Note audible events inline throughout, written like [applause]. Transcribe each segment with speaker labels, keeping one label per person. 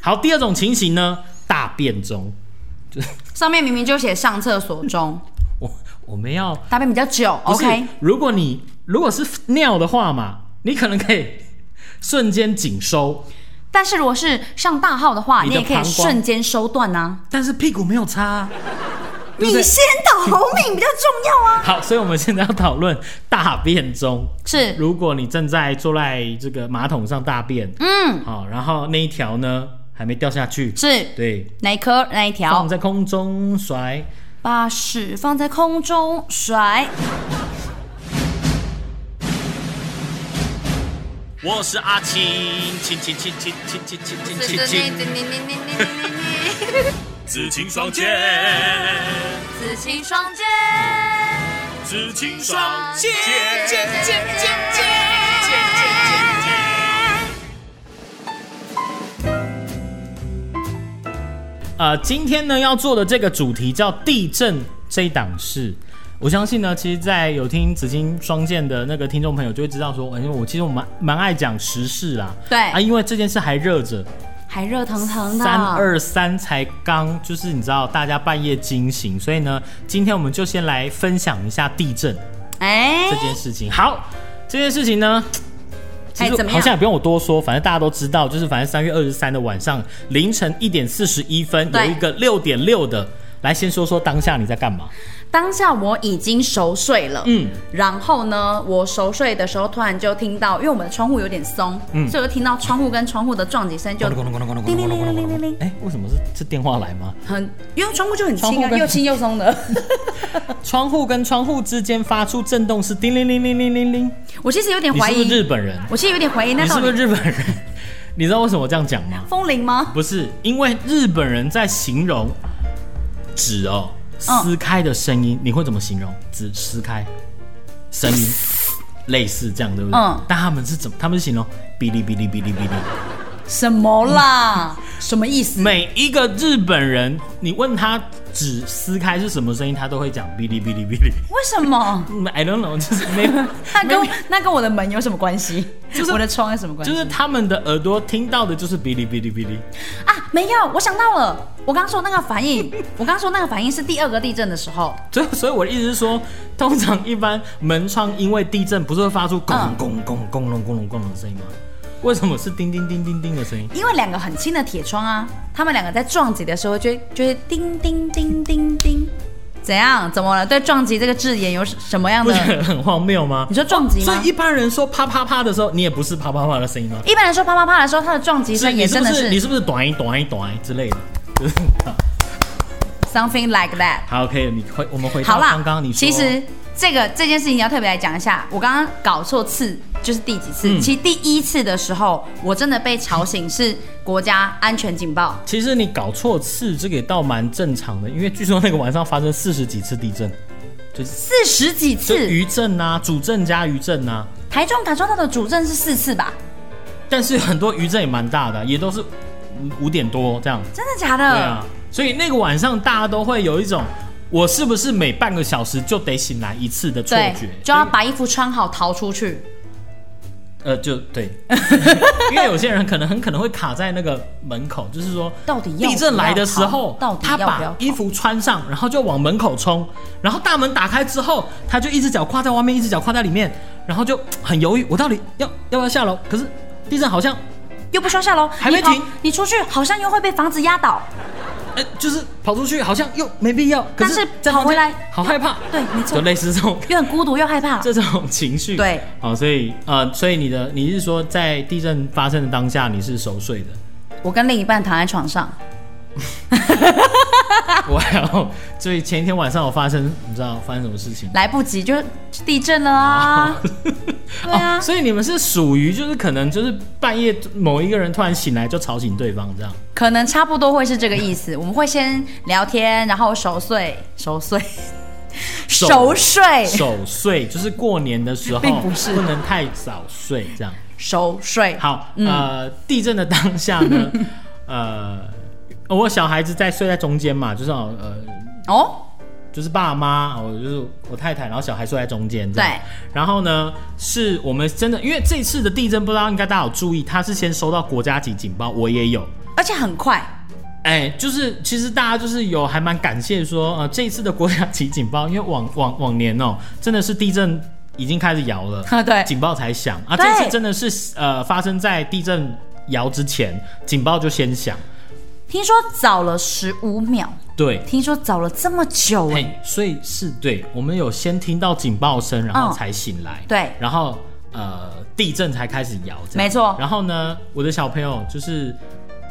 Speaker 1: 好，第二种情形呢，大便中，
Speaker 2: 上面明明就写上厕所
Speaker 1: [laughs]
Speaker 2: 中，
Speaker 1: 我我们要
Speaker 2: 大便比较久
Speaker 1: 不是
Speaker 2: ，OK，
Speaker 1: 如果你如果是尿的话嘛，你可能可以瞬间紧收，
Speaker 2: 但是如果是上大号的话，
Speaker 1: 你
Speaker 2: 你
Speaker 1: 的
Speaker 2: 也可以
Speaker 1: 膀胱
Speaker 2: 瞬间收断呐、
Speaker 1: 但是屁股没有擦啊、对不对
Speaker 2: 你先倒红命比较重要
Speaker 1: [laughs]
Speaker 2: 啊。
Speaker 1: 好，所以我们现在要讨论大便中。
Speaker 2: 是，
Speaker 1: 如果你正在坐在这个马桶上大便，
Speaker 2: 嗯，
Speaker 1: 好、然后那一条呢还没掉下去，
Speaker 2: 是
Speaker 1: 对，
Speaker 2: 哪一颗哪一条
Speaker 1: 放？在空中甩，
Speaker 2: 把屎放在空中甩。
Speaker 1: 我是阿青，青青青青青青青青青青，紫青双剑，
Speaker 2: 紫青双剑，
Speaker 1: 紫青
Speaker 2: 双
Speaker 1: 剑，
Speaker 2: 剑剑剑剑剑。
Speaker 1: 呃，今天呢要做的这个主题叫地震这一档事。我相信呢，其实，在有听紫金双剑的那个听众朋友就会知道说，哎、我其实我蛮蛮爱讲时事啦，
Speaker 2: 对
Speaker 1: 啊，因为这件事还热着，
Speaker 2: 还热腾腾的。
Speaker 1: 三二三才刚，就是你知道大家半夜惊醒，所以呢，今天我们就先来分享一下地震
Speaker 2: 哎
Speaker 1: 这，件事情。好，这件事情呢，其
Speaker 2: 哎
Speaker 1: 实
Speaker 2: 怎么
Speaker 1: 好
Speaker 2: 样
Speaker 1: 像也不用我多说，反正大家都知道，就是反正三月二十三的晚上凌晨一点四十一分有
Speaker 2: 对
Speaker 1: 一个六点六的。来，先说说当下你在干嘛？
Speaker 2: 当下我已经熟睡了。
Speaker 1: 嗯，
Speaker 2: 然后呢，我熟睡的时候突然就听到，因为我们的窗户有点松，
Speaker 1: 嗯
Speaker 2: 所以我就听到窗户跟窗户的撞击声就
Speaker 1: 咣当咣当咣当咣当
Speaker 2: 叮铃铃铃铃铃铃，
Speaker 1: 哎，为什么是是电话来吗？
Speaker 2: 很，因为窗户就很
Speaker 1: 窗户
Speaker 2: 轻啊，
Speaker 1: 跟
Speaker 2: 又轻又松的。
Speaker 1: 窗户跟窗户之间发出震动是叮铃铃铃铃铃铃。
Speaker 2: 我其实有点
Speaker 1: 你
Speaker 2: 怀
Speaker 1: 是不
Speaker 2: 疑，
Speaker 1: 是日本人？
Speaker 2: 我其实有点怀疑那
Speaker 1: 你
Speaker 2: 到
Speaker 1: 是不
Speaker 2: 底
Speaker 1: 是日本人？你知道为什么我这样讲吗？
Speaker 2: 风铃吗？
Speaker 1: 不是，嗯因为日本人在形容纸哦
Speaker 2: 嗯
Speaker 1: 撕开的声音，你会怎么形容纸撕开声音？类似这样，对不对？
Speaker 2: 嗯
Speaker 1: 但他们是怎么？他们是形容哔哩哔哩哔哩哔哩。
Speaker 2: 什么啦？什么意思？
Speaker 1: 每一个日本人，你问他纸撕开是什么声音，他都会讲哔哩哔哩哔哩。
Speaker 2: 为什么？，
Speaker 1: 嗯 I don't know，就是没有
Speaker 2: [laughs] 那跟那跟我的门有什么关系？
Speaker 1: 就是
Speaker 2: 我的窗有什么关系？
Speaker 1: 就是他们的耳朵听到的就是哔哩哔哩哔哩。
Speaker 2: 啊，没有，我想到了，我刚说那个反应，我刚说那个反应是第二个地震的时候，
Speaker 1: 所以，所以我的意思是说，通常一般门窗因为地震不是会发出“咣
Speaker 2: 嗯
Speaker 1: 咣咣咣隆咣隆咣隆”的声音吗？为什么是叮叮叮叮叮的声音？
Speaker 2: 因为两个很轻的铁窗啊，他们两个在撞击的时候就会就会叮叮叮叮叮，怎样？怎么了？对撞击这个字眼有什么样
Speaker 1: 不
Speaker 2: 的
Speaker 1: 觉？得很荒谬吗
Speaker 2: 你？说撞击
Speaker 1: 所
Speaker 2: 吗
Speaker 1: 以？一般人说啪啪啪的时候，你也不是啪啪啪的声音吗？
Speaker 2: 一般人说啪啪啪的时候，它的撞击声
Speaker 1: 你
Speaker 2: 也
Speaker 1: 是
Speaker 2: 真
Speaker 1: 不
Speaker 2: 的
Speaker 1: 是你
Speaker 2: 是
Speaker 1: 是不是短一短一短一之类的？ [laughs]
Speaker 2: something like that。
Speaker 1: 好，OK，你回我们回
Speaker 2: 好
Speaker 1: 到
Speaker 2: 啦，
Speaker 1: 刚刚你说，
Speaker 2: 其实这个这件事情要特别来讲一下。我刚刚搞错次，就是第几次？
Speaker 1: 嗯
Speaker 2: 其实第一次的时候，我真的被吵醒，是国家安全警报。
Speaker 1: 其实你搞错次这个也倒蛮正常的，因为据说那个晚上发生四十几次地震，就是
Speaker 2: 四十几
Speaker 1: 就
Speaker 2: 次，
Speaker 1: 余震啊，主震加余震啊。
Speaker 2: 台中打中到的主震是四次吧？
Speaker 1: 但是很多余震也蛮大的，也都是五五点多这样。
Speaker 2: 真的假的？
Speaker 1: 对啊，所以那个晚上大家都会有一种，我是不是每半个小时就得醒来一次的错
Speaker 2: 对
Speaker 1: 觉？
Speaker 2: 就要
Speaker 1: 所以
Speaker 2: 把衣服穿好逃出去。
Speaker 1: 呃，就对， [laughs] 因为有些人可能很可能会卡在那个门口，就是说
Speaker 2: 到底要
Speaker 1: 地震来的时候
Speaker 2: 不要逃到，底
Speaker 1: 他
Speaker 2: 要不要逃
Speaker 1: 把衣服穿上，然后就往门口冲，然后大门打开之后，他就一只脚跨在外面，一只脚跨在里面，然后就很犹豫，我到底要要不要下楼？可是地震好像
Speaker 2: 又不说下楼，
Speaker 1: 还没
Speaker 2: 你跑
Speaker 1: 停
Speaker 2: 你出去好像又会被房子压倒。
Speaker 1: 哎，就是跑出去好像又没必要，可
Speaker 2: 但是
Speaker 1: 在
Speaker 2: 跑
Speaker 1: 房间
Speaker 2: 回来
Speaker 1: 好害
Speaker 2: [laughs]
Speaker 1: 怕，
Speaker 2: 对，没错
Speaker 1: 就，类似这种
Speaker 2: 又很孤独又害怕。
Speaker 1: 这种情绪。
Speaker 2: 对，
Speaker 1: 好，所以呃，所以你的你是说在地震发生的当下你是熟
Speaker 2: [laughs]
Speaker 1: 睡的，
Speaker 2: 我跟另一半躺在床上，
Speaker 1: 我还有，哦所以前一天晚上我发生你知道发生什么事情？
Speaker 2: 来不及就地震
Speaker 1: [laughs]
Speaker 2: 了啊！对啊
Speaker 1: 哦，所以你们是属于就是可能就是半夜某一个人突然醒来就吵醒对方这样，
Speaker 2: 可能差不多会是这个意思。我们会先聊天，然后熟睡，熟睡，
Speaker 1: 熟
Speaker 2: 熟睡，
Speaker 1: 守岁就是过年的时候，
Speaker 2: 并不是
Speaker 1: 不能太早睡这样。
Speaker 2: 熟睡。
Speaker 1: 好，呃，地震的当下呢， [laughs] 呃，我小孩子在睡在中间嘛，就是哦呃，
Speaker 2: 哦，
Speaker 1: 就是爸妈，我就是我太太，然后小孩睡在中间。这样
Speaker 2: 对。
Speaker 1: 然后呢，是我们真的，因为这次的地震，不知道应该大家有注意，它是先收到国家级警报，我也有。
Speaker 2: 而且很快，，
Speaker 1: 哎，就是其实大家就是有还蛮感谢说，呃，这一次的国家级警报，因为往往往年哦，真的是地震已经开始摇了
Speaker 2: [laughs] 对
Speaker 1: 警报才响啊。
Speaker 2: 对
Speaker 1: 这次真的是呃发生在地震摇之前，警报就先响。
Speaker 2: 听说早了十五秒，
Speaker 1: 对，
Speaker 2: 听说早了这么久哎、
Speaker 1: 哎，所以是对，我们有先听到警报声，然后
Speaker 2: 嗯
Speaker 1: 才醒来，
Speaker 2: 对
Speaker 1: 然后呃地震才开始摇，这样
Speaker 2: 没错
Speaker 1: 然后呢，我的小朋友就是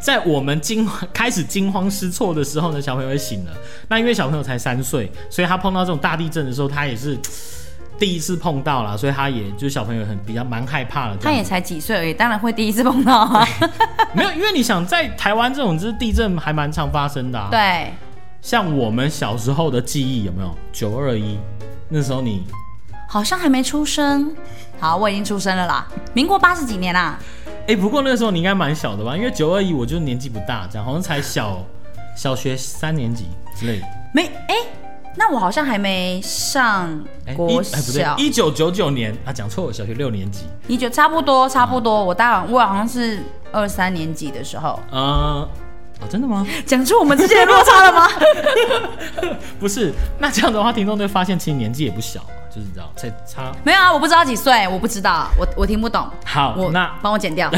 Speaker 1: 在我们惊开始惊慌失措的时候呢，小朋友也醒了。那因为小朋友才三岁，所以他碰到这种大地震的时候，他也是第一次碰到啦，所以他也就是小朋友很比较蛮害怕的这
Speaker 2: 他也
Speaker 1: 样子。
Speaker 2: 才几岁而已，当然会第一次碰到啊。
Speaker 1: [laughs] 没有，因为你想在台湾这种就是地震还蛮常发生的、啊，
Speaker 2: 对，
Speaker 1: 像我们小时候的记忆有没有？九二一那时候你
Speaker 2: 好像还没出生。好，我已经出生了啦，民国八十几年啊啦。
Speaker 1: 哎、不过那时候你应该蛮小的吧？因为九二一我就年纪不大，这样好像才小小学三年级之类的。
Speaker 2: 没哎、那我好像还没上
Speaker 1: 哎、
Speaker 2: 国
Speaker 1: 一哎不对
Speaker 2: 小，，
Speaker 1: 一九九九年啊，讲错了，小学六年级。
Speaker 2: 你就差不多差不多，我大我好像是二三年级的时候，
Speaker 1: 呃，哦，真的
Speaker 2: [laughs]
Speaker 1: 吗？
Speaker 2: 讲出我们之间的落差了吗？
Speaker 1: 不是，那这样的话，听众就会发现其实年纪也不小嘛，就是你知道，才差。
Speaker 2: [laughs] 没有啊，我不知道几岁，我不知道，我我听不懂。
Speaker 1: 好
Speaker 2: 我，
Speaker 1: 那
Speaker 2: 帮我剪
Speaker 1: [laughs]
Speaker 2: 掉。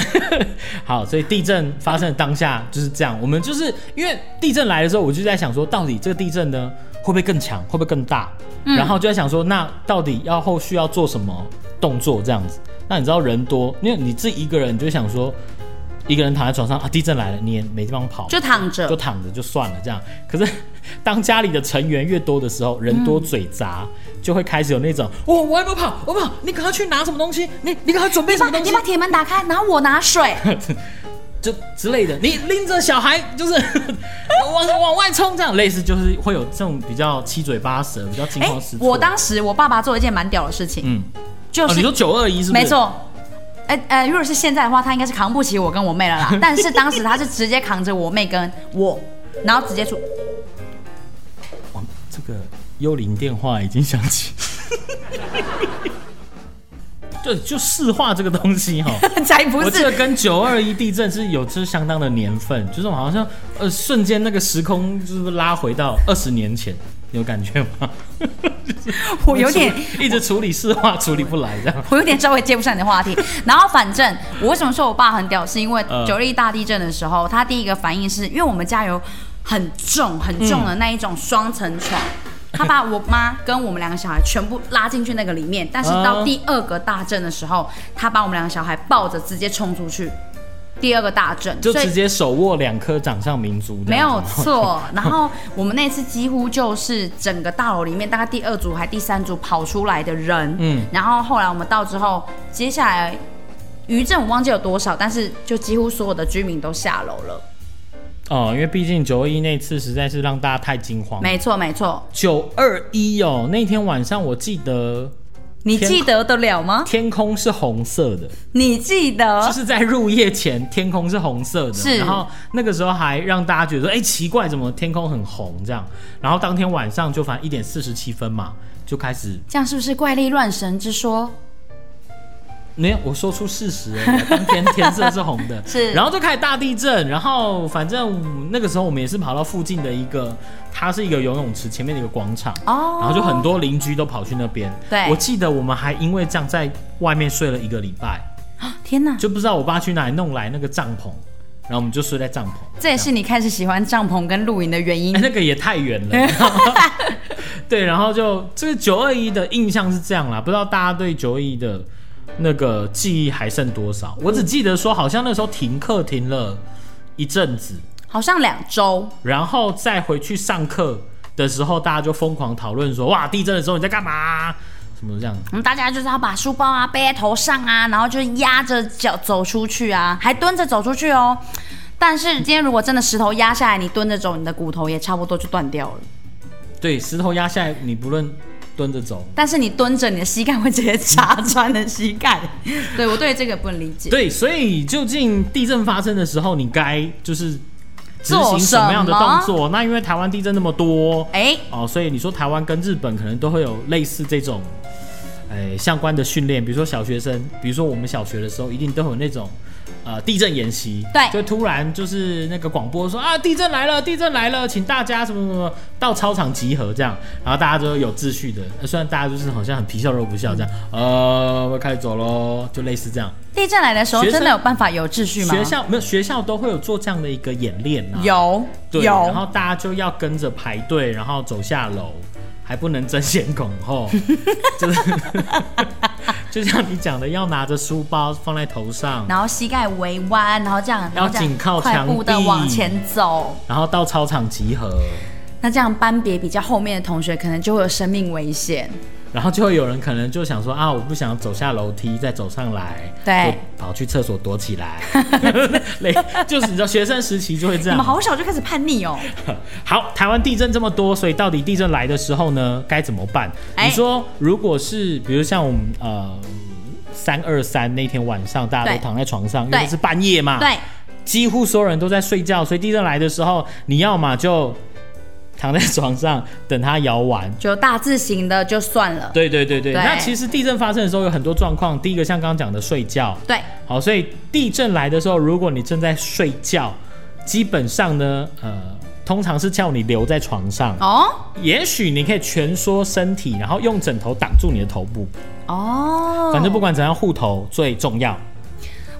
Speaker 1: 好，所以地震发生的当下就是这样。我们就是因为地震来的时候，我就在想说，到底这个地震呢会不会更强，会不会更大？
Speaker 2: 嗯
Speaker 1: 然后就在想说，那到底要后续要做什么动作这样子？那你知道人多，因为你自己一个人，你就想说，一个人躺在床上啊，地震来了，你也没地方跑，
Speaker 2: 就躺
Speaker 1: 就
Speaker 2: 着，
Speaker 1: 躺着就算了这样。可是 [laughs] 当家里的成员越多的时候，人
Speaker 2: 嗯
Speaker 1: 多嘴杂，就会开始有那种，哦，我还没跑，我跑，你赶快去拿什么东西，你你赶快准备什么
Speaker 2: 把
Speaker 1: 东
Speaker 2: 你
Speaker 1: 西
Speaker 2: 把。铁门打开，然后我拿
Speaker 1: [laughs]
Speaker 2: 水。
Speaker 1: 就之类的，你拎着小孩就是 [laughs] 往往外冲，这样类似就是会有这种比较七嘴八舌、比较惊
Speaker 2: 哎、
Speaker 1: 慌失措。
Speaker 2: 我当时我爸爸做了一件蛮屌的事情，
Speaker 1: 嗯，
Speaker 2: 就
Speaker 1: 哦，
Speaker 2: 是、
Speaker 1: 你说九二一是不是？
Speaker 2: 没，错。哎、呃，如果是现在的话，他应该是扛不起我跟我妹了
Speaker 1: [laughs]
Speaker 2: 啦。但是当时他是直接扛着我妹跟我，然后直接出。 [laughs]
Speaker 1: 哇，这个幽灵电话已经响起。 [laughs] 对，就市话这个东西哈、
Speaker 2: 才 [laughs] 不
Speaker 1: 我记得
Speaker 2: 是，
Speaker 1: 跟九二一地震是有就是相当的年份，就是我好像呃瞬间那个时空就是拉回到二十年前，你有感觉吗？ [laughs]
Speaker 2: 我有点，
Speaker 1: 一直处理市话处理不来这样。
Speaker 2: 我有点稍微接不上你的话题。然后反正我为什么说我爸很屌，是因为
Speaker 1: 嗯
Speaker 2: 九力大地震的时候，他第一个反应是因为我们家有很重很重的那一种双层
Speaker 1: [laughs]
Speaker 2: 床。他把我妈跟我们两个小孩全部拉进去那个里面，但是到
Speaker 1: 哦
Speaker 2: 第二个大震的时候，他把我们两个小孩抱着直接冲出去。第二个大震，
Speaker 1: 就
Speaker 2: 所以
Speaker 1: 直接手握两颗掌上明珠，
Speaker 2: 没有。错。然后我们那次几乎就是整个大楼里面，大概第二组还第三组跑出来的人。
Speaker 1: 嗯
Speaker 2: 嗯，然后后来我们到之后，接下来余震我忘记有多少，但是就几乎所有的居民都下楼了。
Speaker 1: 哦，因为毕竟九二一那次实在是让大家太惊慌。
Speaker 2: 没错，没错。
Speaker 1: 九二一哦，那天晚上我记得
Speaker 2: 你记得得了吗？
Speaker 1: 天空是红色的，
Speaker 2: 你记
Speaker 1: 就
Speaker 2: 得？
Speaker 1: 是在入夜前天空是红色的，
Speaker 2: 哦是
Speaker 1: 然后那个时候还让大家觉得哎、奇怪，怎么天空很红这样？然后当天晚上就反正一点四十七分嘛，就开始
Speaker 2: 这样是不是怪力乱神之说？
Speaker 1: 没有，我说出事实而已。当天天色是红的，
Speaker 2: [laughs] 是
Speaker 1: 然后就开始大地震，然后反正那个时候我们也是跑到附近的一个，它是一个游泳池前面的一个广场，
Speaker 2: 哦
Speaker 1: 然后就很多邻居都跑去那边。
Speaker 2: 对
Speaker 1: 我记得我们还因为这样在外面睡了一个礼拜，
Speaker 2: 天哪！
Speaker 1: 就不知道我爸去哪里弄来那个帐篷，然后我们就睡在帐篷。
Speaker 2: 这也是你开始喜欢帐篷跟露营的原因
Speaker 1: 哎、。那个也太远
Speaker 2: [laughs]
Speaker 1: 了。 [laughs] 对，然后就这个九二一的印象是这样啦，不知道大家对九二一的那个记忆还剩多少？我只记得说，好像那时候停课停了一阵子，
Speaker 2: 好像两周，
Speaker 1: 然后再回去上课的时候，大家就疯狂讨论说，哇，地震的时候你在干嘛？什么这样？
Speaker 2: 嗯，大家就是要把书包啊背在头上啊，然后就压着脚走出去啊，还蹲着走出去哦。但是今天如果真的石头压下来，你蹲着走，你的骨头也差不多就断掉了。
Speaker 1: 对，石头压下来，你不论蹲着走，
Speaker 2: 但是你蹲着，你的膝盖会直接插穿的膝盖。对我对这个不能理解。
Speaker 1: 对，所以究竟地震发生的时候，你该就是执行
Speaker 2: 做
Speaker 1: 什么样的动
Speaker 2: 什
Speaker 1: 作？那因为台湾地震那么多，
Speaker 2: 哎，
Speaker 1: 哦，所以你说台湾跟日本可能都会有类似这种，哎，相关的训练，比如说小学生，比如说我们小学的时候，一定都有那种，呃地震演习，
Speaker 2: 对
Speaker 1: 就突然就是那个广播说啊地震来了，地震来了，请大家什么什么到操场集合这样，然后大家就有秩序的，呃虽然大家就是好像很皮笑肉不笑这样，呃，我开始走喽，就类似这样。
Speaker 2: 地震来的时候，
Speaker 1: 学生
Speaker 2: 真的有办法有秩序吗？
Speaker 1: 学校没有学校都会有做这样的一个演练啊，
Speaker 2: 有
Speaker 1: 对，然
Speaker 2: 有，
Speaker 1: 后大家就要跟着排队，然后走下楼，还不能争先恐后， [laughs] 就是 [laughs] 就像你讲的，要拿着书包放在头上，
Speaker 2: 然后膝盖微弯，然后这样，然后这样
Speaker 1: 紧靠
Speaker 2: 快
Speaker 1: 墙
Speaker 2: 步的
Speaker 1: 壁
Speaker 2: 往前走。
Speaker 1: 然后到操场集合，
Speaker 2: 那这样班别比较后面的同学，可能就会有生命危险。
Speaker 1: 然后就会有人可能就想说啊，我不想走下楼梯，再走上来，
Speaker 2: 对，
Speaker 1: 跑去厕所躲起来， [laughs] 类就是你知道学生时期就会这
Speaker 2: 你
Speaker 1: 样
Speaker 2: 们。好小就开始叛逆哦。
Speaker 1: 好，台湾地震这么多，所以到底地震来的时候呢，该怎么办？
Speaker 2: 哎
Speaker 1: 你说，如果是比如像我们呃三二三那天晚上，大家都
Speaker 2: 对
Speaker 1: 躺在床上，因
Speaker 2: 对
Speaker 1: 为是半夜嘛，
Speaker 2: 对，
Speaker 1: 几乎所有人都在睡觉，所以地震来的时候，你要嘛就躺在床上等它摇完。
Speaker 2: 就大字型的就算了。
Speaker 1: 对对对对，
Speaker 2: 对
Speaker 1: 那其实地震发生的时候有很多状况，第一个像刚刚讲的睡觉，
Speaker 2: 对，
Speaker 1: 好，所以地震来的时候，如果你正在睡觉，基本上呢，呃，通常是叫你留在床上。
Speaker 2: 哦
Speaker 1: 也许你可以蜷缩身体，然后用枕头挡住你的头部。
Speaker 2: 哦，
Speaker 1: 反正不管怎样，护头最重要。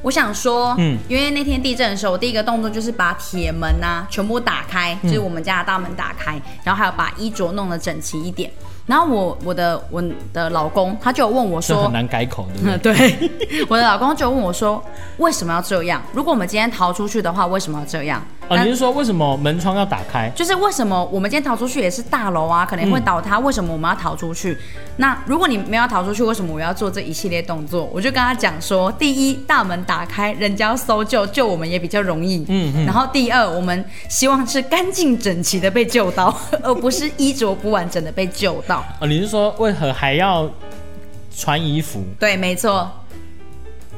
Speaker 2: 我想说，
Speaker 1: 嗯
Speaker 2: 嗯，因为那天地震的时候，我第一个动作就是把铁门呐、全部打开，就是我们家的大门打开，然后还有把衣着弄得整齐一点。然后我我的我的老公他就有问我
Speaker 1: 这
Speaker 2: 说
Speaker 1: 很，难改口，对不
Speaker 2: 嗯， [laughs]
Speaker 1: 对？
Speaker 2: 对，我的老公就问我说，为什么要这样？如果我们今天逃出去的话，为什么要这样？
Speaker 1: 啊，
Speaker 2: 那
Speaker 1: 你是说为什么门窗要打开？
Speaker 2: 就是为什么我们今天逃出去也是大楼啊，可能会
Speaker 1: 嗯
Speaker 2: 倒塌，为什么我们要逃出去？那如果你没有逃出去，为什么我要做这一系列动作？我就跟他讲说，第一，大门打开，人家要搜救，救我们也比较容易。嗯嗯。然后第二，我们希望是干净整齐的被
Speaker 1: [laughs]
Speaker 2: 救到，而不是衣着不完整的被救到。
Speaker 1: 啊，你是说为何还要穿衣服？
Speaker 2: 对，没错，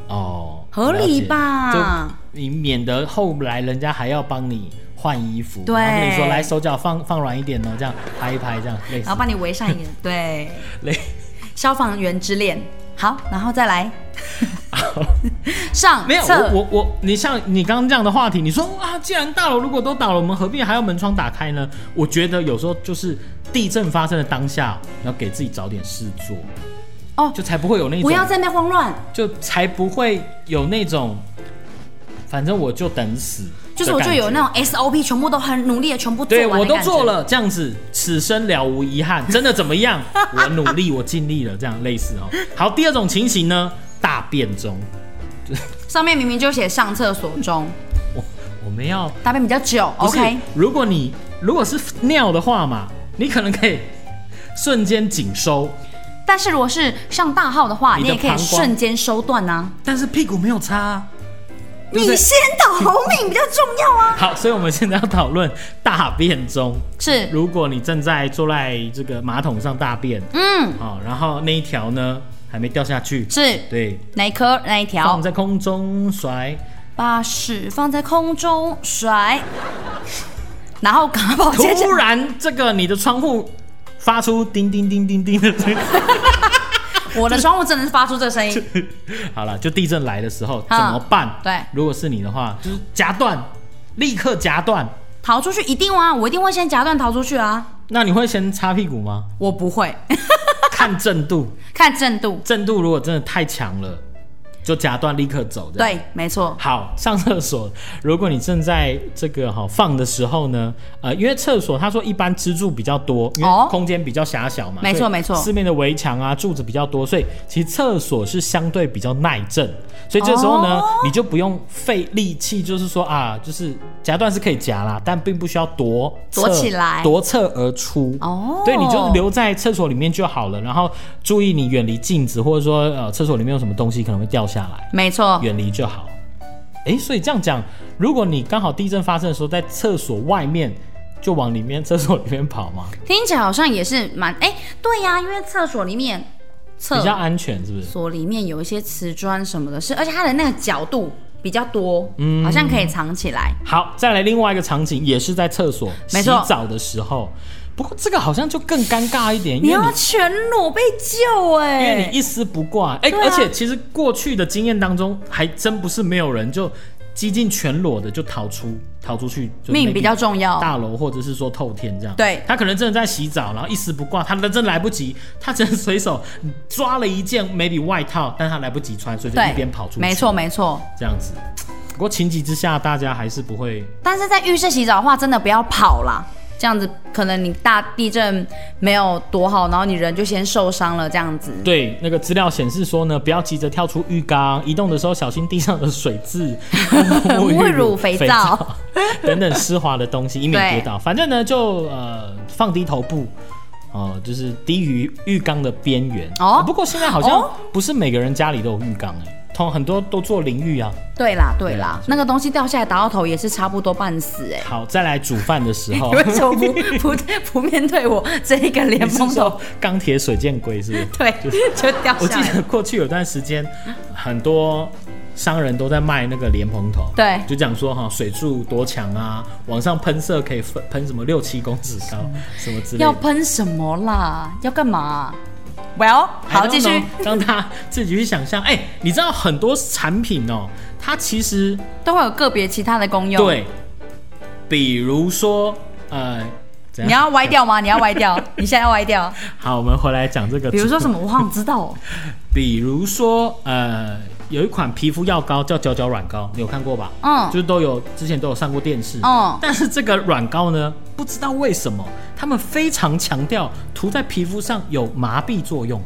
Speaker 1: 哦，
Speaker 2: 合理吧
Speaker 1: 了解？就你免得后来人家还要帮你换衣服，
Speaker 2: 对
Speaker 1: 然后跟你说来手脚放放软一点哦，这样拍一拍，这样类似
Speaker 2: 然后帮你围上一个
Speaker 1: [laughs]
Speaker 2: 对
Speaker 1: 类。
Speaker 2: 消防员之恋。好，然后
Speaker 1: [laughs]
Speaker 2: 再来上
Speaker 1: 没有，
Speaker 2: 侧
Speaker 1: 我我我，你像你刚刚这样的话题，你说啊，既然大楼如果都倒了，我们何必还要门窗打开呢？我觉得有时候就是地震发生的当下，你要给自己找点事做，
Speaker 2: 哦
Speaker 1: 就才不会有那种，
Speaker 2: 不要在那边慌乱。
Speaker 1: 就才不会有那种，反正我就等死的感觉，
Speaker 2: 就是我就有那种 SOP，全部都很努力的全部做
Speaker 1: 对
Speaker 2: 完的
Speaker 1: 我都
Speaker 2: 感觉
Speaker 1: 做。了，这样子，此生了无遗憾。真的怎么
Speaker 2: [laughs]
Speaker 1: 样？我努力，我尽力了，这样类似哦。好，第二种情形呢，大便中，
Speaker 2: 上面明明就写上厕所中，
Speaker 1: 我我们要
Speaker 2: 大便比较久
Speaker 1: 不是
Speaker 2: ，OK，
Speaker 1: 如果你如果是尿的话嘛，你可能可以瞬间紧收，
Speaker 2: 但是如果是上大号的话，
Speaker 1: 你
Speaker 2: 你
Speaker 1: 的
Speaker 2: 也可以
Speaker 1: 膀胱
Speaker 2: 瞬间收断啊。
Speaker 1: 但是屁股没有擦啊、对不对
Speaker 2: 你先倒红命比较重要
Speaker 1: [laughs]
Speaker 2: 啊。
Speaker 1: 好，所以我们现在要讨论大便中。
Speaker 2: 是，
Speaker 1: 如果你正在坐在这个马桶上大便，
Speaker 2: 嗯，
Speaker 1: 好、然后那一条呢还没掉下去，
Speaker 2: 是
Speaker 1: 对，
Speaker 2: 哪一颗哪一条
Speaker 1: 放？在空中甩，
Speaker 2: 把屎放在空中甩， [laughs] 然后赶快把我接起来
Speaker 1: 突然这个你的窗户发出叮叮叮叮叮的声音。
Speaker 2: 我的窗户真的是发出这声音，
Speaker 1: [laughs] 好了，就地震来的时候怎
Speaker 2: 嗯
Speaker 1: 么办？
Speaker 2: 对
Speaker 1: 如果是你的话，就是夹断，立刻夹断。
Speaker 2: 逃出去一定啊，我一定会先夹断逃出去啊。
Speaker 1: 那你会先擦屁股吗？
Speaker 2: 我不会， [laughs]
Speaker 1: 看震度， [laughs]
Speaker 2: 看震度。
Speaker 1: 震度如果真的太强了，就夹断立刻走。这样。
Speaker 2: 对，没错。
Speaker 1: 好，上厕所，如果你正在这个哈、放的时候呢，呃，因为厕所他说一般支柱比较多，因为
Speaker 2: 哦
Speaker 1: 空间比较狭小嘛，
Speaker 2: 没错
Speaker 1: 所以
Speaker 2: 没错
Speaker 1: 四面的围墙啊柱子比较多，所以其实厕所是相对比较耐震，所以这时候呢，
Speaker 2: 哦
Speaker 1: 你就不用费力气，就是说啊，就是夹断是可以夹啦，但并不需要夺
Speaker 2: 躲
Speaker 1: 侧
Speaker 2: 起来
Speaker 1: 夺侧而出
Speaker 2: 哦
Speaker 1: 对，你就留在厕所里面就好了，然后注意你远离镜子，或者说呃厕所里面有什么东西可能会掉下来。
Speaker 2: 没错，
Speaker 1: 远离就好。诶，所以这样讲，如果你刚好地震发生的时候在厕所外面，就往里面 [laughs] 厕所里面跑嘛，
Speaker 2: 听起来好像也是蛮哎、对呀、因为厕所里面，
Speaker 1: 比较
Speaker 2: 厕
Speaker 1: 安全，是不是？
Speaker 2: 所里面有一些瓷砖什么的，是而且它的那个角度比较多，嗯，好像可以藏起来。
Speaker 1: 好，再来另外一个场景，也是在厕所
Speaker 2: 没
Speaker 1: 洗
Speaker 2: 错
Speaker 1: 澡的时候，不过这个好像就更尴尬一点，因
Speaker 2: 你
Speaker 1: 为
Speaker 2: 要
Speaker 1: 你
Speaker 2: 全裸被救哎、
Speaker 1: 因为你一丝不挂，哎、
Speaker 2: 对啊
Speaker 1: 而且其实过去的经验当中，还真不是没有人就几近全裸的就逃出逃出去，就
Speaker 2: 命
Speaker 1: maybe
Speaker 2: 比较重要
Speaker 1: 大楼或者是说透天这样。
Speaker 2: 哦对
Speaker 1: 他可能真的在洗澡，然后一丝不挂，他真来不及，他只能随手抓了一件 maybe 外套，但他来不及穿，所以就
Speaker 2: 对，
Speaker 1: 一边跑出去，
Speaker 2: 没错，没错。
Speaker 1: 这样子。不过情急之下，大家还是不会
Speaker 2: 但是在浴室洗澡的话，真的不要跑啦。这样子，可能你大地震没有躲好，然后你人就先受伤了，这样子。
Speaker 1: 对，那个资料显示说呢，不要急着跳出浴缸，移动的时候小心地上的水
Speaker 2: [laughs]
Speaker 1: 渍、沐
Speaker 2: 沐浴乳
Speaker 1: 肥
Speaker 2: 肥皂
Speaker 1: [laughs] 等等湿滑的东西，以免
Speaker 2: 对
Speaker 1: 跌倒。反正呢，就呃放低头部。哦，就是低于浴缸的边缘
Speaker 2: 哦
Speaker 1: 不过现在好像
Speaker 2: 哦
Speaker 1: 不是每个人家里都有浴缸哎、通很多都做淋浴啊。
Speaker 2: 对啦，对
Speaker 1: 对
Speaker 2: 啦
Speaker 1: 啊，
Speaker 2: 那个东西掉下来打到头也是差不多半死哎、
Speaker 1: 好，再来煮饭的时候
Speaker 2: [laughs] 你，为什么不不不面对我这一
Speaker 1: [laughs]
Speaker 2: 个
Speaker 1: 你
Speaker 2: 连
Speaker 1: 是
Speaker 2: 风头
Speaker 1: 说？钢铁水箭龟是不是？
Speaker 2: 对，就掉
Speaker 1: 我
Speaker 2: 下
Speaker 1: 记
Speaker 2: 来
Speaker 1: 得。过去有段时间，很多商人都在卖那个莲蓬头，
Speaker 2: 对
Speaker 1: 就讲说哈水柱多强啊，往上喷射可以喷喷什么六七公尺高，什么之类
Speaker 2: 要
Speaker 1: 的。
Speaker 2: 喷什么啦？要干嘛、well，好，
Speaker 1: I don't
Speaker 2: 继续
Speaker 1: know，让他自己去想象。哎、你知道很多产品哦，它其实
Speaker 2: 都会有个别其他的功用。，
Speaker 1: 对，比如说呃，怎
Speaker 2: 你
Speaker 1: 样？
Speaker 2: 要歪掉吗？你要歪掉，你现在要
Speaker 1: [laughs]
Speaker 2: 歪掉。
Speaker 1: 好，我们回来讲这个。
Speaker 2: 比如说什么，我好想知道
Speaker 1: [laughs]
Speaker 2: 哦。
Speaker 1: 比如说，呃，有一款皮肤药膏叫角角软膏，你有看过吧？
Speaker 2: 嗯
Speaker 1: 就是都有之前都有上过电视。
Speaker 2: 嗯
Speaker 1: 但是这个软膏呢，不知道为什么他们非常强调涂在皮肤上有麻痹作用，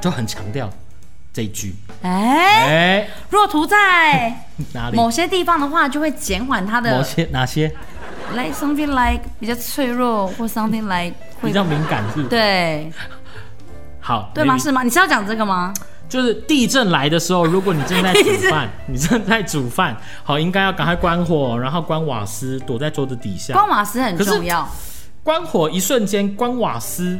Speaker 1: 就很强调这一句。
Speaker 2: 哎、
Speaker 1: 哎、
Speaker 2: 若涂在
Speaker 1: 哪里？
Speaker 2: 某些地方的话，就会减缓它
Speaker 1: 某
Speaker 2: 的
Speaker 1: 些哪些
Speaker 2: like something like 比较脆弱或 something like
Speaker 1: 比
Speaker 2: 会
Speaker 1: 较敏感是不是？
Speaker 2: 对
Speaker 1: 好，
Speaker 2: 对吗？
Speaker 1: maybe
Speaker 2: 是吗？你是要讲这个吗？
Speaker 1: 就是地震来的时候，如果你正在煮
Speaker 2: [laughs] 地震
Speaker 1: 饭，你正在煮饭，好，应该要赶快关火，然后关瓦斯，躲在桌子底下。
Speaker 2: 光瓦斯很
Speaker 1: 可是
Speaker 2: 重要。
Speaker 1: 关火一瞬间，关瓦斯，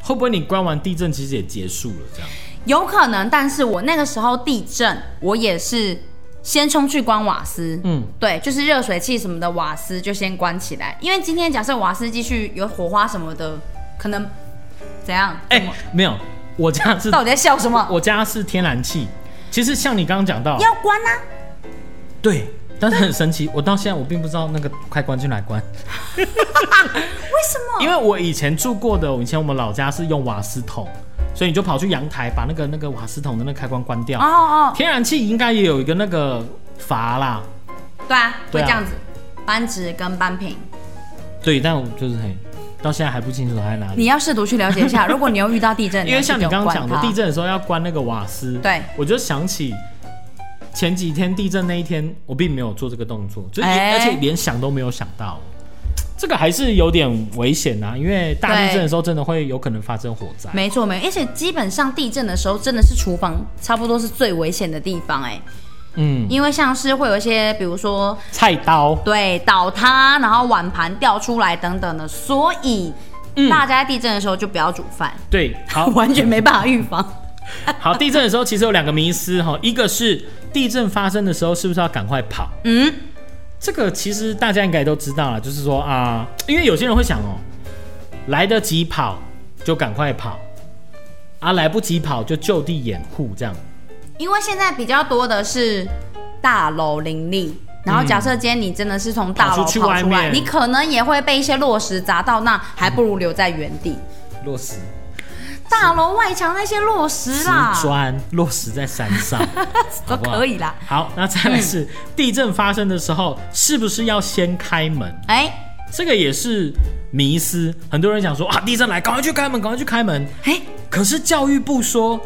Speaker 1: 会不会你关完地震其实也结束了？这样
Speaker 2: 有可能，但是我那个时候地震，我也是先冲去关瓦斯，
Speaker 1: 嗯，
Speaker 2: 对，就是热水器什么的瓦斯就先关起来，因为今天假设瓦斯继续有火花什么的，可能怎样？
Speaker 1: 哎、
Speaker 2: 怎么
Speaker 1: 没有，我家是
Speaker 2: 到底在笑什么？
Speaker 1: 我家是天然气。其实像你刚刚讲到，
Speaker 2: 要关啊！
Speaker 1: 对，但是很神奇，我到现在我并不知道那个开关去哪关，
Speaker 2: 哦为什么？
Speaker 1: 因为我以前住过的，以前我们老家是用瓦斯桶，所以你就跑去阳台把那个那个瓦斯桶的那个开关关掉。
Speaker 2: 哦哦，
Speaker 1: 天然气应该也有一个那个阀啦，
Speaker 2: 对啊，会
Speaker 1: 对啊
Speaker 2: 这样子，扳直跟扳平。
Speaker 1: 对，但我就是嘿，到现在还不清楚它在哪里。
Speaker 2: 你要试图去了解
Speaker 1: [laughs]
Speaker 2: 一下，如果你又遇到地震，
Speaker 1: 因为像你
Speaker 2: 要去
Speaker 1: 刚刚讲的
Speaker 2: 关它
Speaker 1: 地，震的时候要关那个瓦斯，
Speaker 2: 对，
Speaker 1: 我就想起前几天地震那一天，我并没有做这个动作，就是、
Speaker 2: 哎
Speaker 1: 而且连想都没有想到，这个还是有点危险啊，因为大地震的时候真的会有可能发生火灾。
Speaker 2: 没错没错，而且基本上地震的时候真的是厨房差不多是最危险的地方哎、
Speaker 1: 嗯，
Speaker 2: 因为像是会有一些，比如说
Speaker 1: 菜刀，
Speaker 2: 对倒塌，然后碗盘掉出来等等的，所以、大家在地震的时候就不要煮饭，，
Speaker 1: 对，嗯好
Speaker 2: [laughs] 完全没办法预防。
Speaker 1: 好，地震的时候其实有两个迷思哈，一个是地震发生的时候是不是要赶快跑？
Speaker 2: 嗯，
Speaker 1: 这个其实大家应该都知道了，就是说啊、因为有些人会想哦，来得及跑就赶快跑，啊，来不及跑就就地掩护这样。
Speaker 2: 因为现在比较多的是大楼林立。然后假设今天你真的是从大
Speaker 1: 跑
Speaker 2: 楼跑
Speaker 1: 出去
Speaker 2: 出
Speaker 1: 外
Speaker 2: 来，
Speaker 1: 面
Speaker 2: 你可能也会被一些落石砸到，那还不如留在原地。
Speaker 1: 落实
Speaker 2: 大楼外墙那些落石
Speaker 1: 嗯瓷
Speaker 2: 啦，
Speaker 1: 砖落实在山
Speaker 2: [laughs]
Speaker 1: 上，好
Speaker 2: 都
Speaker 1: 不好
Speaker 2: 可以啦。嗯
Speaker 1: 好，那再来是、地震发生的时候，是不是要先开门？
Speaker 2: 哎
Speaker 1: 这个也是迷思，很多人想说啊，地震来，赶快去开门，赶快去开门。
Speaker 2: 哎，
Speaker 1: 可是教育部说，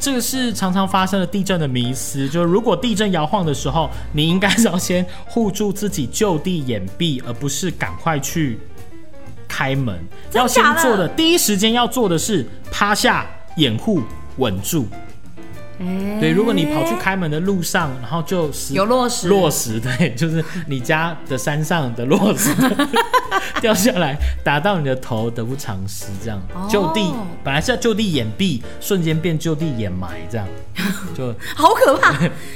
Speaker 1: 这个是常常发生的地震的迷思，就是如果地震摇晃的时候，你应该是要先护住自己，就地掩蔽，而不是赶快去开门。
Speaker 2: 真
Speaker 1: 要先
Speaker 2: 假的
Speaker 1: 做的第一时间要做的是趴下掩护稳住。
Speaker 2: 哎
Speaker 1: 对，如果你跑去开门的路上，然后就石
Speaker 2: 有落石
Speaker 1: 落石对，就是你家的山上的落
Speaker 2: [laughs]
Speaker 1: 石掉下来，打到你的头，得不偿失。这样、
Speaker 2: 哦
Speaker 1: 就地本来是要就地掩 [laughs] 蔽，瞬间变就地掩埋，这样就 [laughs]
Speaker 2: 好可怕！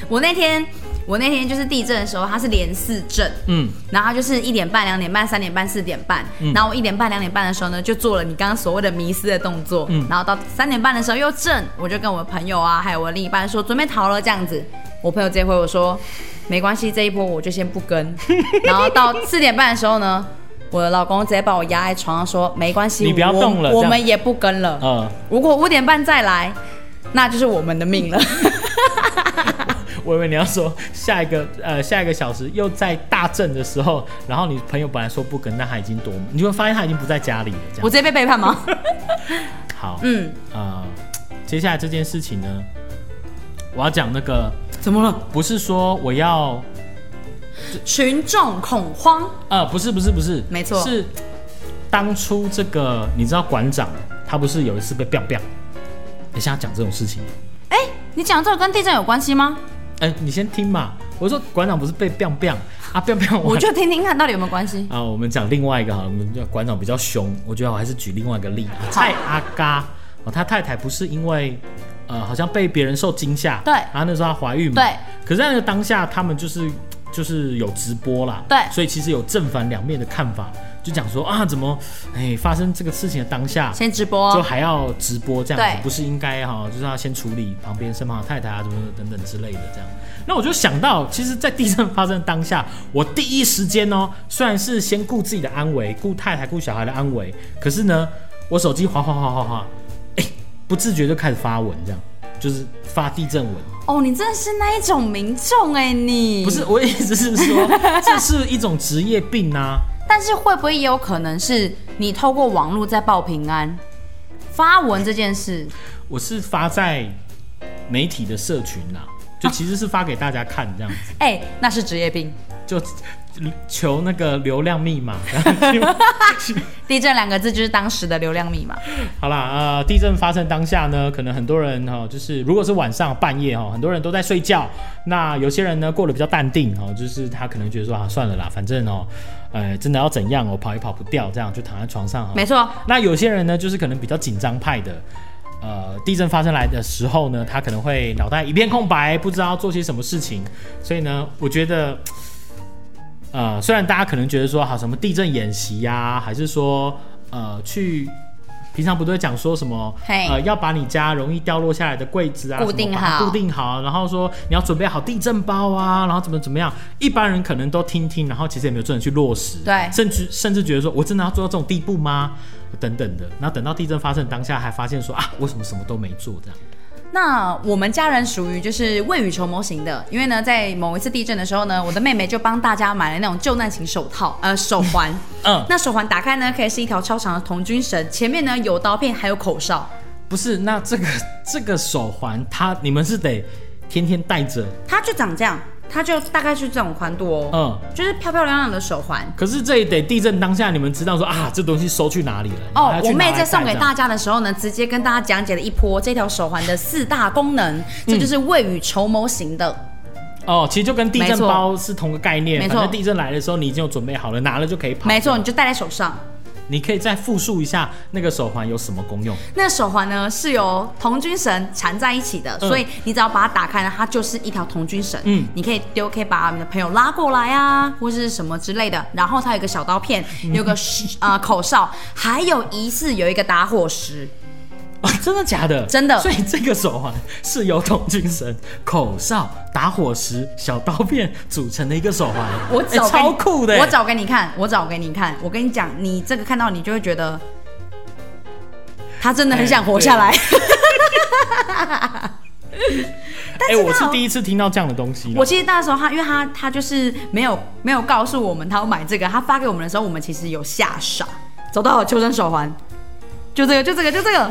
Speaker 2: 我那天我那天就是地震的时候，它是连四震，
Speaker 1: 嗯，
Speaker 2: 然后它就是一点半、两点半、三点半、四点半，然后我一点半、两点半的时候呢，就做了你刚刚所谓的迷失的动作，
Speaker 1: 嗯
Speaker 2: 然后到三点半的时候又震，我就跟我的朋友啊，还有我的另一半说准备逃了这样子。我朋友直接回我说没关系，这一波我就先不
Speaker 1: [laughs]
Speaker 2: 跟。然后到四点半的时候呢，我的老公直接把我压在床上说没关系，
Speaker 1: 你不要
Speaker 2: 我
Speaker 1: 动了
Speaker 2: 我
Speaker 1: 这样
Speaker 2: 们也不跟了。
Speaker 1: 呃，
Speaker 2: 如果五点半再来，那就是我们的命
Speaker 1: [laughs]
Speaker 2: 了。
Speaker 1: 我以为你要说下一个呃下一个小时又在大震的时候，然后你朋友本来说不跟，但他已经躲，你就会发现他已经不在家里了，这
Speaker 2: 我
Speaker 1: 样。
Speaker 2: 直接被背叛
Speaker 1: [laughs]
Speaker 2: 吗？
Speaker 1: 好，
Speaker 2: 嗯，
Speaker 1: 呃，接下来这件事情呢，我要讲那个
Speaker 2: 怎么了？
Speaker 1: 不是说我要
Speaker 2: 群众恐慌，
Speaker 1: 呃，不是不是不是，
Speaker 2: 没错
Speaker 1: 是当初这个你知道馆长他不是有一次被 biang biang，你现在讲这种事情，
Speaker 2: 你讲这个跟地震有关系吗？
Speaker 1: 哎、你先听嘛，我说馆长不是被 biang biang 啊 biang biang
Speaker 2: [laughs] 我
Speaker 1: 完
Speaker 2: 就听听看到底有没有关系。
Speaker 1: 啊，我们讲另外一个好了，我们叫馆长比较凶，我觉得我还是举另外一个例，蔡阿嘎哦，他太太不是因为呃好像被别人受惊吓，
Speaker 2: 对
Speaker 1: 然后那时候她怀孕嘛，
Speaker 2: 对，
Speaker 1: 可是那个当下他们就是就是有直播啦，
Speaker 2: 对
Speaker 1: 所以其实有正反两面的看法，就讲说啊怎么哎发生这个事情的当下，
Speaker 2: 先直
Speaker 1: 就
Speaker 2: 播，
Speaker 1: 还要直播这样子
Speaker 2: 哦对，
Speaker 1: 不是应该哈、就是要先处理旁边身旁的太太啊，怎么等等之类的这样。那我就想到，其实，在地震发生的当下，我第一时间哦，虽然是先顾自己的安危，顾太太、顾小孩的安危，可是呢，我手机滑滑滑滑滑，哎、不自觉就开始发文，这样就是发地震文。
Speaker 2: 哦，你真的是那一种民众哎、你
Speaker 1: 不是，，我的意思是说，这是一种职业病啊。
Speaker 2: 但是会不会也有可能是你透过网络在报平安？发文这件事，
Speaker 1: 我是发在媒体的社群啦、就其实是发给大家看这样子。
Speaker 2: 哎、那是职业病。 [laughs]
Speaker 1: 就求那个流量密码。 [laughs]
Speaker 2: 地震两个字就是当时的流量密码。
Speaker 1: 好啦，呃，地震发生当下呢，可能很多人哈、哦，就是如果是晚上半夜哈、哦，很多人都在睡觉。那有些人呢，过得比较淡定哈、哦，就是他可能觉得说啊，算了啦，反正哦，呃，真的要怎样，我跑也跑不掉，这样就躺在床上哈、哦
Speaker 2: 没错，
Speaker 1: 那有些人呢，就是可能比较紧张派的，呃，地震发生来的时候呢，他可能会脑袋一片空白，不知道做些什么事情。所以呢，我觉得，呃，虽然大家可能觉得说，好什么地震演习呀、还是说，呃，去。平常不都会讲说什么？
Speaker 2: 嘿
Speaker 1: 呃，要把你家容易掉落下来的柜子啊，
Speaker 2: 固
Speaker 1: 什么
Speaker 2: 定
Speaker 1: 把它
Speaker 2: 好
Speaker 1: 固定好，然后说你要准备好地震包啊，然后怎么怎么样。一般人可能都听听，然后其实也没有真的去落实。
Speaker 2: 对
Speaker 1: 甚至甚至觉得说，我真的要做到这种地步吗？等等的。然后等到地震发生当下，还发现说啊，为什么什么都没做这样？
Speaker 2: 那我们家人属于就是未雨绸缪型的，因为呢，在某一次地震的时候呢，我的妹妹就帮大家买了那种救难型手套，呃，手环。 [laughs]
Speaker 1: 嗯，
Speaker 2: 那手环打开呢，可以是一条超长的童军绳，前面呢有刀片，还有口哨。
Speaker 1: 不是，那这个这个手环，它你们是得天天戴着，
Speaker 2: 它就长这样，它就大概是这种宽度哦，
Speaker 1: 嗯。
Speaker 2: 就是漂漂亮亮的手环。
Speaker 1: 可是这也得地震当下，你们知道说啊，这东西收去哪里了？你
Speaker 2: 哦
Speaker 1: 还要，去
Speaker 2: 我妹
Speaker 1: 拿来
Speaker 2: 在送
Speaker 1: 戴
Speaker 2: 给
Speaker 1: 这样
Speaker 2: 大家的时候呢，直接跟大家讲解了一波这条手环的四大功
Speaker 1: 嗯
Speaker 2: 能，这就是未雨绸缪型的。
Speaker 1: 哦，其实就跟地
Speaker 2: 没
Speaker 1: 震
Speaker 2: 错
Speaker 1: 包是同个概念，
Speaker 2: 没
Speaker 1: 反
Speaker 2: 错
Speaker 1: 正地震来的时候你已经有准备好了，拿了就可以跑。
Speaker 2: 没错，你就戴在手上。
Speaker 1: 你可以再复述一下那个手环有什么功用？
Speaker 2: 那手环呢是由童军绳缠在一起的，
Speaker 1: 嗯
Speaker 2: 所以你只要把它打开呢，它就是一条童军绳。
Speaker 1: 嗯
Speaker 2: 嗯，你可以丢，可以把你的朋友拉过来啊，或是什么之类的。然后它有一个小刀片，有
Speaker 1: 嗯
Speaker 2: 个呃口哨，还有疑似有一个打火石。
Speaker 1: 哦，真的假的？
Speaker 2: 真的
Speaker 1: 所以这个手环是由筒精神、口哨、打火石、小刀片组成的一个手环。
Speaker 2: 我
Speaker 1: 哎
Speaker 2: 找、
Speaker 1: 超酷的、
Speaker 2: 我。找给你看，我找给你看。我跟你讲，你这个看到你就会觉得，他真的很想活下来。 [laughs]
Speaker 1: 哎、我是
Speaker 2: 它哦
Speaker 1: 第一次听到这样的东西啦。
Speaker 2: 我其实那时候他，因为他他就是没有没有告诉我们他要买这个，他发给我们的时候，我们其实有吓傻。走到我求生手环，就这个，就这个，就这个，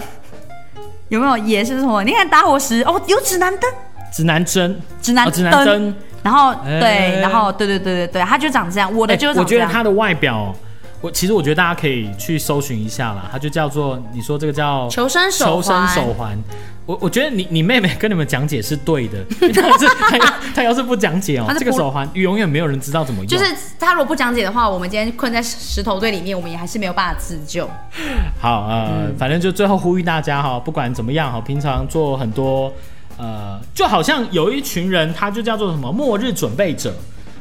Speaker 2: 有没有？也是什么？你看打火石哦，有指南灯，
Speaker 1: 指南针，
Speaker 2: 指南
Speaker 1: 哦指南针。
Speaker 2: 然后
Speaker 1: 哎
Speaker 2: 对，然后对对对对对，它就长这样，我的
Speaker 1: 哎
Speaker 2: 就
Speaker 1: 我
Speaker 2: 长这
Speaker 1: 觉得
Speaker 2: 样。
Speaker 1: 它的外表，我其实我觉得大家可以去搜寻一下啦。它就叫做你说这个叫
Speaker 2: 求生手环
Speaker 1: 求生手环。我我觉得你你妹妹跟你们讲解是对的， [laughs] 因为她要是她要她要是不讲解哦
Speaker 2: 她，是
Speaker 1: 这个
Speaker 2: 不
Speaker 1: 手环永远没有人知道怎么用。
Speaker 2: 就是他如果不讲解的话，我们今天困在石头堆里面，我们也还是没有办法自救。嗯
Speaker 1: 好，呃，反正就最后呼吁大家哈，不管怎么样哈，平常做很多呃，就好像有一群人，他就叫做什么末日准备者，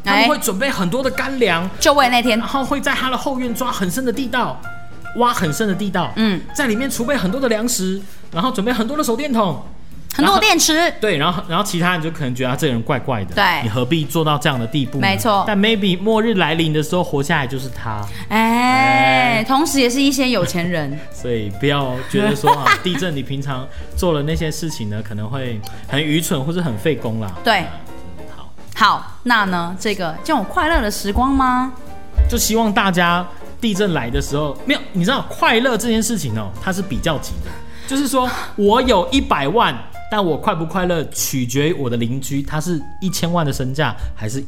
Speaker 1: 他们
Speaker 2: 哎
Speaker 1: 会准备很多的干粮，
Speaker 2: 就为那天
Speaker 1: 然，后会在他的后院抓很深的地道，挖很深的地道，
Speaker 2: 嗯，
Speaker 1: 在里面储备很多的粮食，然后准备很多的手电筒。
Speaker 2: 很多电池，
Speaker 1: 对，然后然后其他人就可能觉得他啊这个人怪怪的，
Speaker 2: 对
Speaker 1: 你何必做到这样的地步呢？
Speaker 2: 没错
Speaker 1: 但 maybe 末日来临的时候活下来就是他，
Speaker 2: 哎
Speaker 1: 哎，
Speaker 2: 同时也是一些有钱 [laughs] 人，
Speaker 1: 所以不要觉得说啊， [laughs] 地震你平常做了那些事情呢，可能会很愚蠢或者很费工啦。
Speaker 2: 对
Speaker 1: 嗯好，
Speaker 2: 好，那呢，这个这种快乐的时光吗？
Speaker 1: 就希望大家地震来的时候，没有，你知道快乐这件事情哦，它是比较级的，就是说我有一百万，但我快不快乐取决于我的邻居，他是一千万的身价还是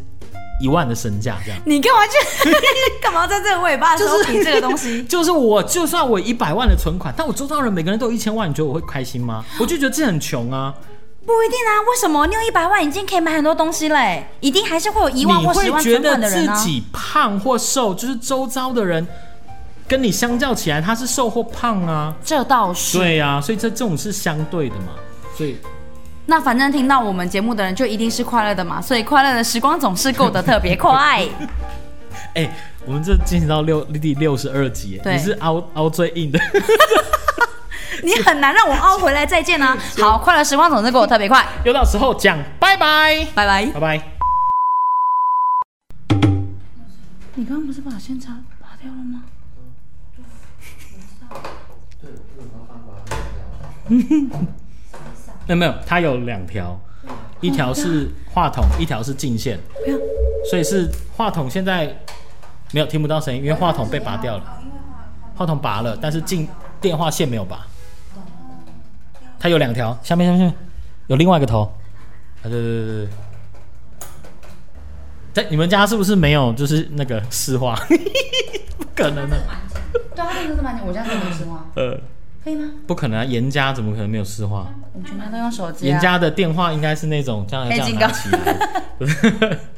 Speaker 1: 一万的身价这样。
Speaker 2: 你干嘛去？ [laughs] 干嘛在这个尾巴的时候比这个东西？
Speaker 1: 就是我，就算我一百万的存款，但我周遭人每个人都有一千万，你觉得我会开心吗？我就觉得自己很穷啊。
Speaker 2: [laughs] 不一定啊，为什么你有一百万已经可以买很多东西嘞、一定还是会有一万
Speaker 1: 你
Speaker 2: 或十
Speaker 1: 会
Speaker 2: 万
Speaker 1: 觉
Speaker 2: 存
Speaker 1: 得
Speaker 2: 款的
Speaker 1: 自
Speaker 2: 人啊。
Speaker 1: 己胖或瘦，就是周遭的人跟你相较起来，他是瘦或胖啊。
Speaker 2: 这倒是。
Speaker 1: 对啊，所以这这种是相对的嘛。所以
Speaker 2: 那反正听到我们节目的人就一定是快乐的嘛，所以快乐的时光总是过得特别快。 [laughs]
Speaker 1: 哎、我们这进行到六第六十二集，
Speaker 2: 对
Speaker 1: 你是凹凹最硬的。 [laughs]
Speaker 2: 你很难让我凹回来再见 [laughs] 啊。好，快乐时光总是过得特别快，
Speaker 1: 又到时候讲拜拜，
Speaker 2: 拜拜。
Speaker 1: 拜拜。
Speaker 2: 你刚刚不是把线插拔掉了吗？
Speaker 1: 没有没有，它有两条，一条是话筒，一条是进线。
Speaker 2: 不要，
Speaker 1: 所以是话筒现在没有听不到声音，因为话筒被拔掉了，话筒拔了，但是进电话线没有拔。它有两条，下面下面下面有另外一个头。啊，对对对对对。在你们家是不是没有就是那个市
Speaker 2: [laughs]
Speaker 1: 话？不可能的、
Speaker 2: 对啊，这个是蛮我家这个没实话，
Speaker 1: 呃，
Speaker 2: 可以吗？
Speaker 1: 不可能啊！严家怎么可能没有市话？
Speaker 2: 我们全家都用手机
Speaker 1: 严
Speaker 2: 啊。
Speaker 1: 家的电话应该是那种这样这
Speaker 2: 黑
Speaker 1: 样
Speaker 2: 金
Speaker 1: 拿
Speaker 2: 刚
Speaker 1: 起来的。 [laughs]